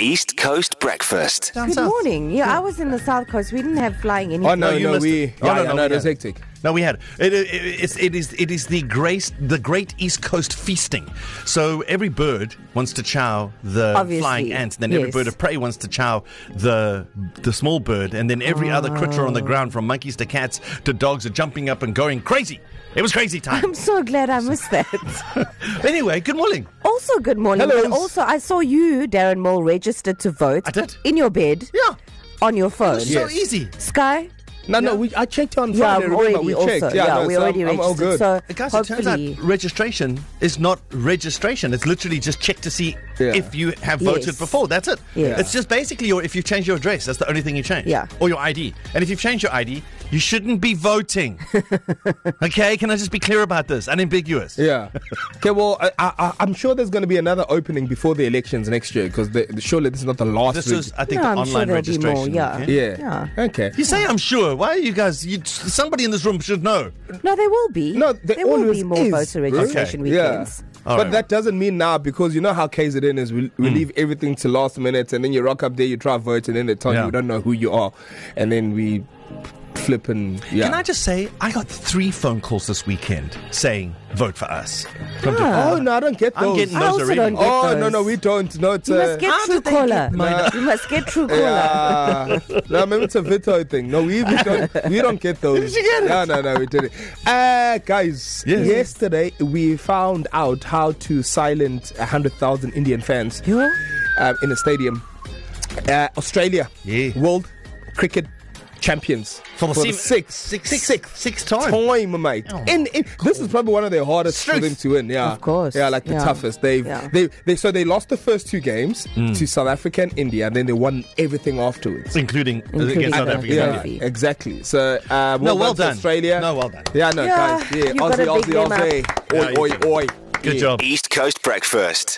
East Coast Breakfast. Down Good south. morning. Yeah, I was in the South Coast. We didn't have flying anyway. Oh no, you no, missed we. it. yeah, Oh, no, yeah, no, no, we it was had- hectic. No, we had it. it, it it's, it is it is the great the great East Coast feasting. So every bird wants to chow the Obviously, flying ant, and then every yes. bird of prey wants to chow the the small bird, and then every other critter Ah. on the ground, from monkeys to cats to dogs, are jumping up and going crazy. It was crazy time. I'm so glad I missed that. anyway, good morning. also, good morning. Hello. But also, I saw you, Darren Moore, registered to vote. I did. In your bed. Yeah, On your phone. so easy. Sky? No, no, we. I checked on Yeah, Friday. I'm remember, already we also. checked. yeah, no, we so already I'm, I'm all registered. good. So Guys, it hopefully, turns out registration is not registration. It's literally just check to see Yeah. if you have Yes. voted before. That's it. Yeah. It's just basically your if you've changed your address. That's the only thing you change. Yeah. Or your ID. And if you've changed your ID, you shouldn't be voting. okay? Can I just be clear about this? Unambiguous. Yeah. Okay. Well, I, I, I'm sure there's going to be another opening before the elections next year because surely this is not the last. This reg- is, I think, No, the I'm sure online there'll be more, registration. yeah. okay? yeah. Okay. You say I'm sure. Why are you guys? You, somebody in this room should know. no, there will be. No, there, there will always be more is, voter bro. registration Okay, weekends. Yeah. All but right. Hmm. that doesn't mean now because you know how KZN is. We, we leave everything to last minute, and then you rock up there, you try vote, and then they tell Yeah. you we don't know who you are, and then we flip and yeah. Can I just say, I got three phone calls this weekend saying, vote for us. Ah. oh no, I don't get I'm those. getting I those also already. don't get oh those. no, no, we don't. No, it's You uh, must get How true did they get caller. mine? You must get true caller. Yeah. no, maybe it's a Vito thing. No, we, we don't we don't get those. Did you get it? No, no, no, we didn't. Uh guys, Yes. yesterday we found out how to silence hundred thousand Indian fans Yeah. um, in a stadium. Uh, Australia, Yeah. world cricket champions For the seven- sixth, six- sixth sixth- sixth time. time, mate. Oh, and and this is probably one of the hardest for Truth. them to win. Yeah, Of course, Yeah, like the yeah. toughest. They've Yeah. they they so they lost the first two games Mm. to South Africa and India, and then they won everything afterwards. Including, uh, Including against South the- Africa. Yeah, India. exactly. So, uh, well, No, well to done. Australia. No, well done. Yeah, no, Yeah, guys. Yeah, you gotta Aussie, big them up. Aussie, Aussie. Yeah, you Oi, oi, oi. Good Yeah. job. East Coast Breakfast.